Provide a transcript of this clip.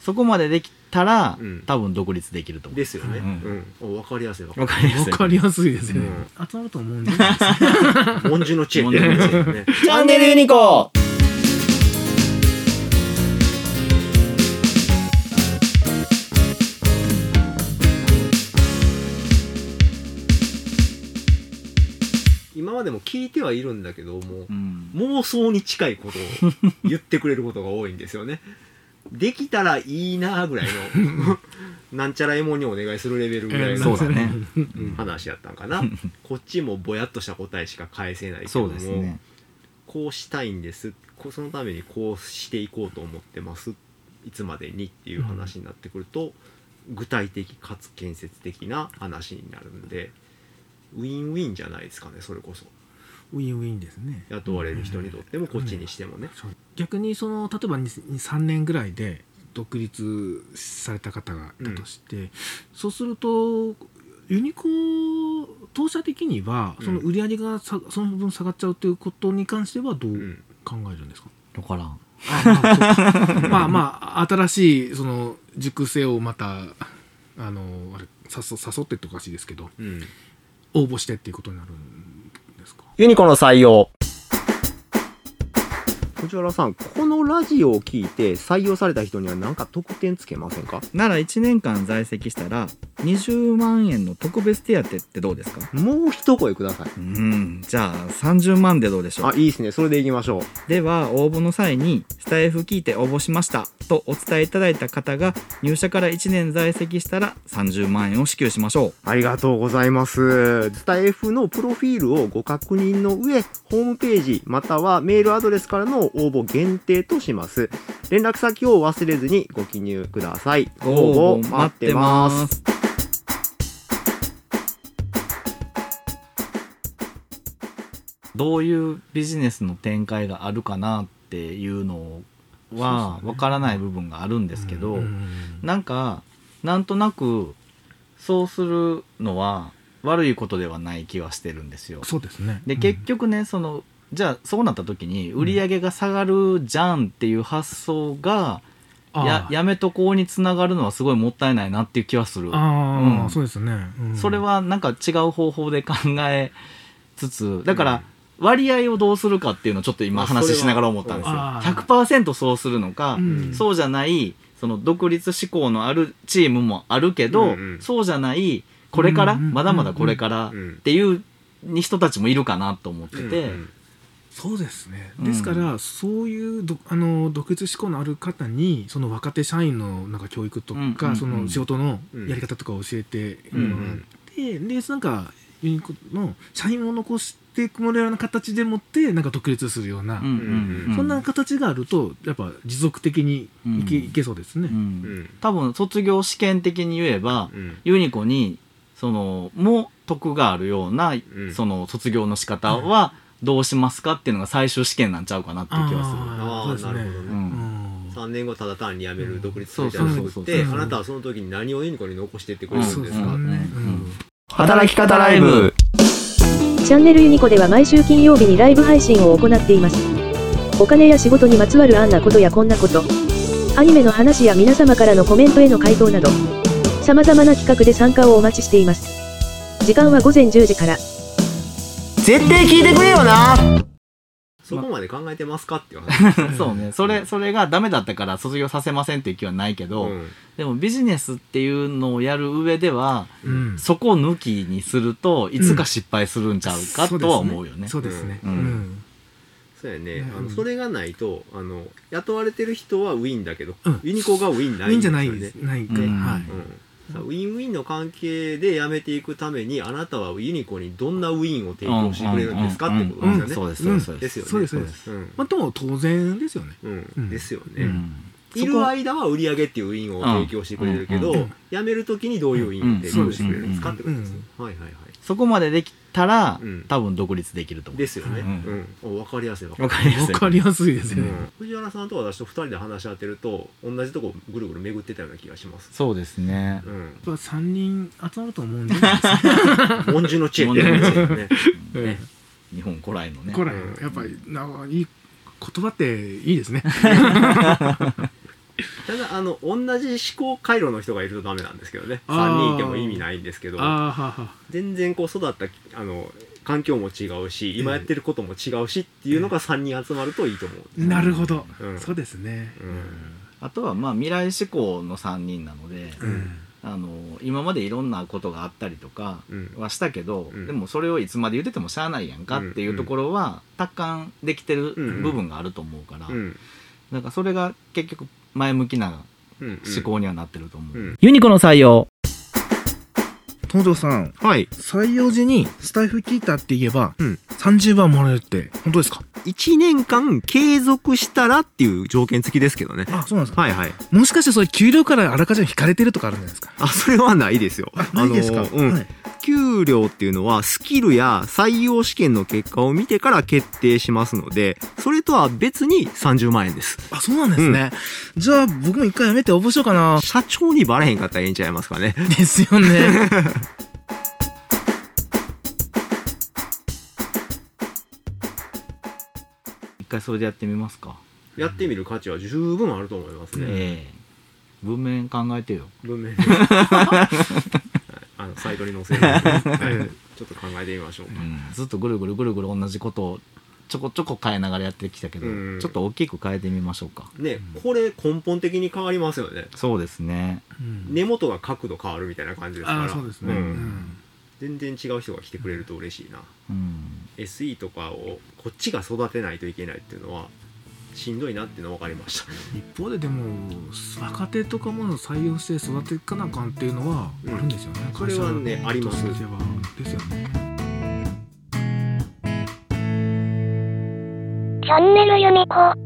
そこまでできたら、うん多分独立できると思うですよね。ううん。お分かりやすいわ。わかりやすいわかりやすいですねうん。集まると思うんですよ。文殊の知恵ってやつですよね。チャンネルユニコ今までも聞いてはいるんだけども、うん妄想に近いことを言ってくれることが多いんですよね。できたらいいなぐらい の、なんちゃらえもんにお願いするレベルぐらいそのうだねうん話やったんかな。こっちもぼやっとした答えしか返せないけそうどですねも、こうしたいんです。こうそのためにこうしていこうと思ってます。いつまでにっていう話になってくると、具体的かつ建設的な話になるんで、ウィンウィンじゃないですかね、それこそ。ウィンウィンですね。雇われる人にとってもこっちにしてもね、そう逆にその例えば3年ぐらいで独立された方がいたとして、そうするとユニコー当社的にはうんその売り上げがさ、その分下がっちゃうということに関してはどううん考えるんですか、分からんあ まあそうまあまあ新しいその熟成をまたあのあれ誘誘ってっておかしいですけどうん応募してっていうことになるんですかユニコの採用藤原さんこのラジオを聞いて採用された人には何か特典つけませんかなら1年間在籍したら20万円の特別手当ってどうですかもう一声くださいうんじゃあ30万でどうでしょうあいいですねそれでいきましょうでは応募の際に「スタイフ聞いて応募しました」とお伝えいただいた方が入社から1年在籍したら30万円を支給しましょうありがとうございますスタイフのプロフィールをご確認の上ホームページまたはメールアドレスからの応募限定とします連絡先を忘れずにご記入ください応募待ってますすどういうビジネスの展開があるかなっていうのはわからない部分があるんですけど、なんかなんとなくそうするのは悪いことではない気はしてるんですよ。そうですねで結局ねそのじゃあそうなった時に売り上げが下がるじゃんっていう発想が、ややめとこうにつながるのはすごいもったいないなっていう気はする。ああ、うんそうですね、うんそれはなんか違う方法で考えつつだから割合をどうするかっていうのをちょっと今まあそれは話しながら思ったんですよ。あー100%そうするのか、うんそうじゃないその独立志向のあるチームもあるけど、うんうんそうじゃないこれから、うんうんうんうんまだまだこれからうんっていうに人たちもいるかなと思ってて、そうですね、うんですからそういうどあの独立志向のある方にその若手社員のなんか教育とか、うんうんうんその仕事のうんやり方とかを教えてうんもらって、でなんかユニコの社員を残してもらうような形でもってなんか独立するような、うんうんうんそんな形があるとやっぱ持続的にいけ,、うんいけそうですね。うんうん多分卒業試験的に言えば、うんユニコにそのも得があるような、んその卒業の仕方はどうしますかっていうのが最終試験なんちゃうかなっていう気がする。あーあーそうですなるほどねうんうん3年後ただ単に辞めるうん独立するじゃなくそうそうそてうそうあなたはその時に何をユニコに残してってくれるんですうんかううんん働き方ライブチャンネルユニコでは毎週金曜日にライブ配信を行っています。お金や仕事にまつわるあんなことやこんなこと、アニメの話や皆様からのコメントへの回答など、様々な企画で参加をお待ちしています。時間は午前10時から。絶対聞いてくれよなそこまで考えてますかっていう 話そうねそれそれがダメだったから卒業させませんっていう気はないけど、うんでもビジネスっていうのをやる上ではうんそこを抜きにするといつか失敗するんちゃうかとは思うよね。そうですね。うんそうやねあうのんそれがないとあの雇われてる人はウィンだけどうんユニコがウィンウないィンじゃないんでですす。よねないか、うんはい。うんウィンウィンの関係で辞めていくためにあなたはユニコにどんなウィンを提供してくれるんですかってことうんうんうんですそようねですそうですそうです。そうですそうです。うんまあでも当然ですよね。うんうんですようねんいる間は売り上げっていうウィンを提供してくれるけうんうどん辞める時にどういうウィンを提供してくれるんですかってことですようんはいはいはいそこまでできたら、うん多分独立できると思う。ですよね。ううんん。お分かりやすいわわかりやわすい。かりやすいですうね。ん藤原さんと私と二人で話し合ってると、同じとこぐるぐる巡ってたような気がします。そうですね。 うん。やっぱ三人集まると思うんで。文殊の知恵ってやつですよね。 ね日本古来のね。これやっぱりなんかいい言葉っていいですね。 ただあの同じ思考回路の人がいるとダメなんですけどねあー3人いても意味ないんですけどああはは全然こう育ったあの環境も違うし今やってることも違うしっていうのが3人集まるといいと思う、なるほど、うんそうですねうんあとはまあ未来志向の3人なので、うんあの今までいろんなことがあったりとかうんはしたけど、うんでもそれをいつまで言っててもしゃあないやんかっていうところは達観できてる部分があると思うから、うんなんかそれが結局前向きなうんうん思考にはなってると思う、うんユニコの採用東條さんはい採用時にスタイフ聞いたって言えば、うん30番もらえるって本当ですか1年間継続したらっていう条件付きですけどねあそうなんですかはいはいもしかしてそれ給料からあらかじめ引かれてるとかあるんじゃないですかあそれは ないですよないですか、あのうんはい給料っていうのはスキルや採用試験の結果を見てから決定しますのでそれとは別に30万円ですあそうなんですね、じゃあ僕も一回やめて応募しようかな社長にバレへんかったらええんちゃいますかね ですよね一回それでやってみますか、 やってみる価値は十分あると思いますね、ええ文面考えてよ文明はいあのサイトに載せるので、はい ちょっと考えてみましょうずっとぐるぐるぐるぐる同じことをちょこちょこ変えながらやってきたけど、うんちょっと大きく変えてみましょうかねこれ根本的に変わりますよねそうですねうん根元が角度変わるみたいな感じですからあそうですね、うんん全然違う人が来てくれると嬉しいな、うん SE とかをこっちが育てないといけないっていうのはしんどいなっていうのは分かりました一方ででも若手とかも採用して育てかなあかんっていうのはあるんですよね、これはねあります会社としてはですよねチャンネルユニコ。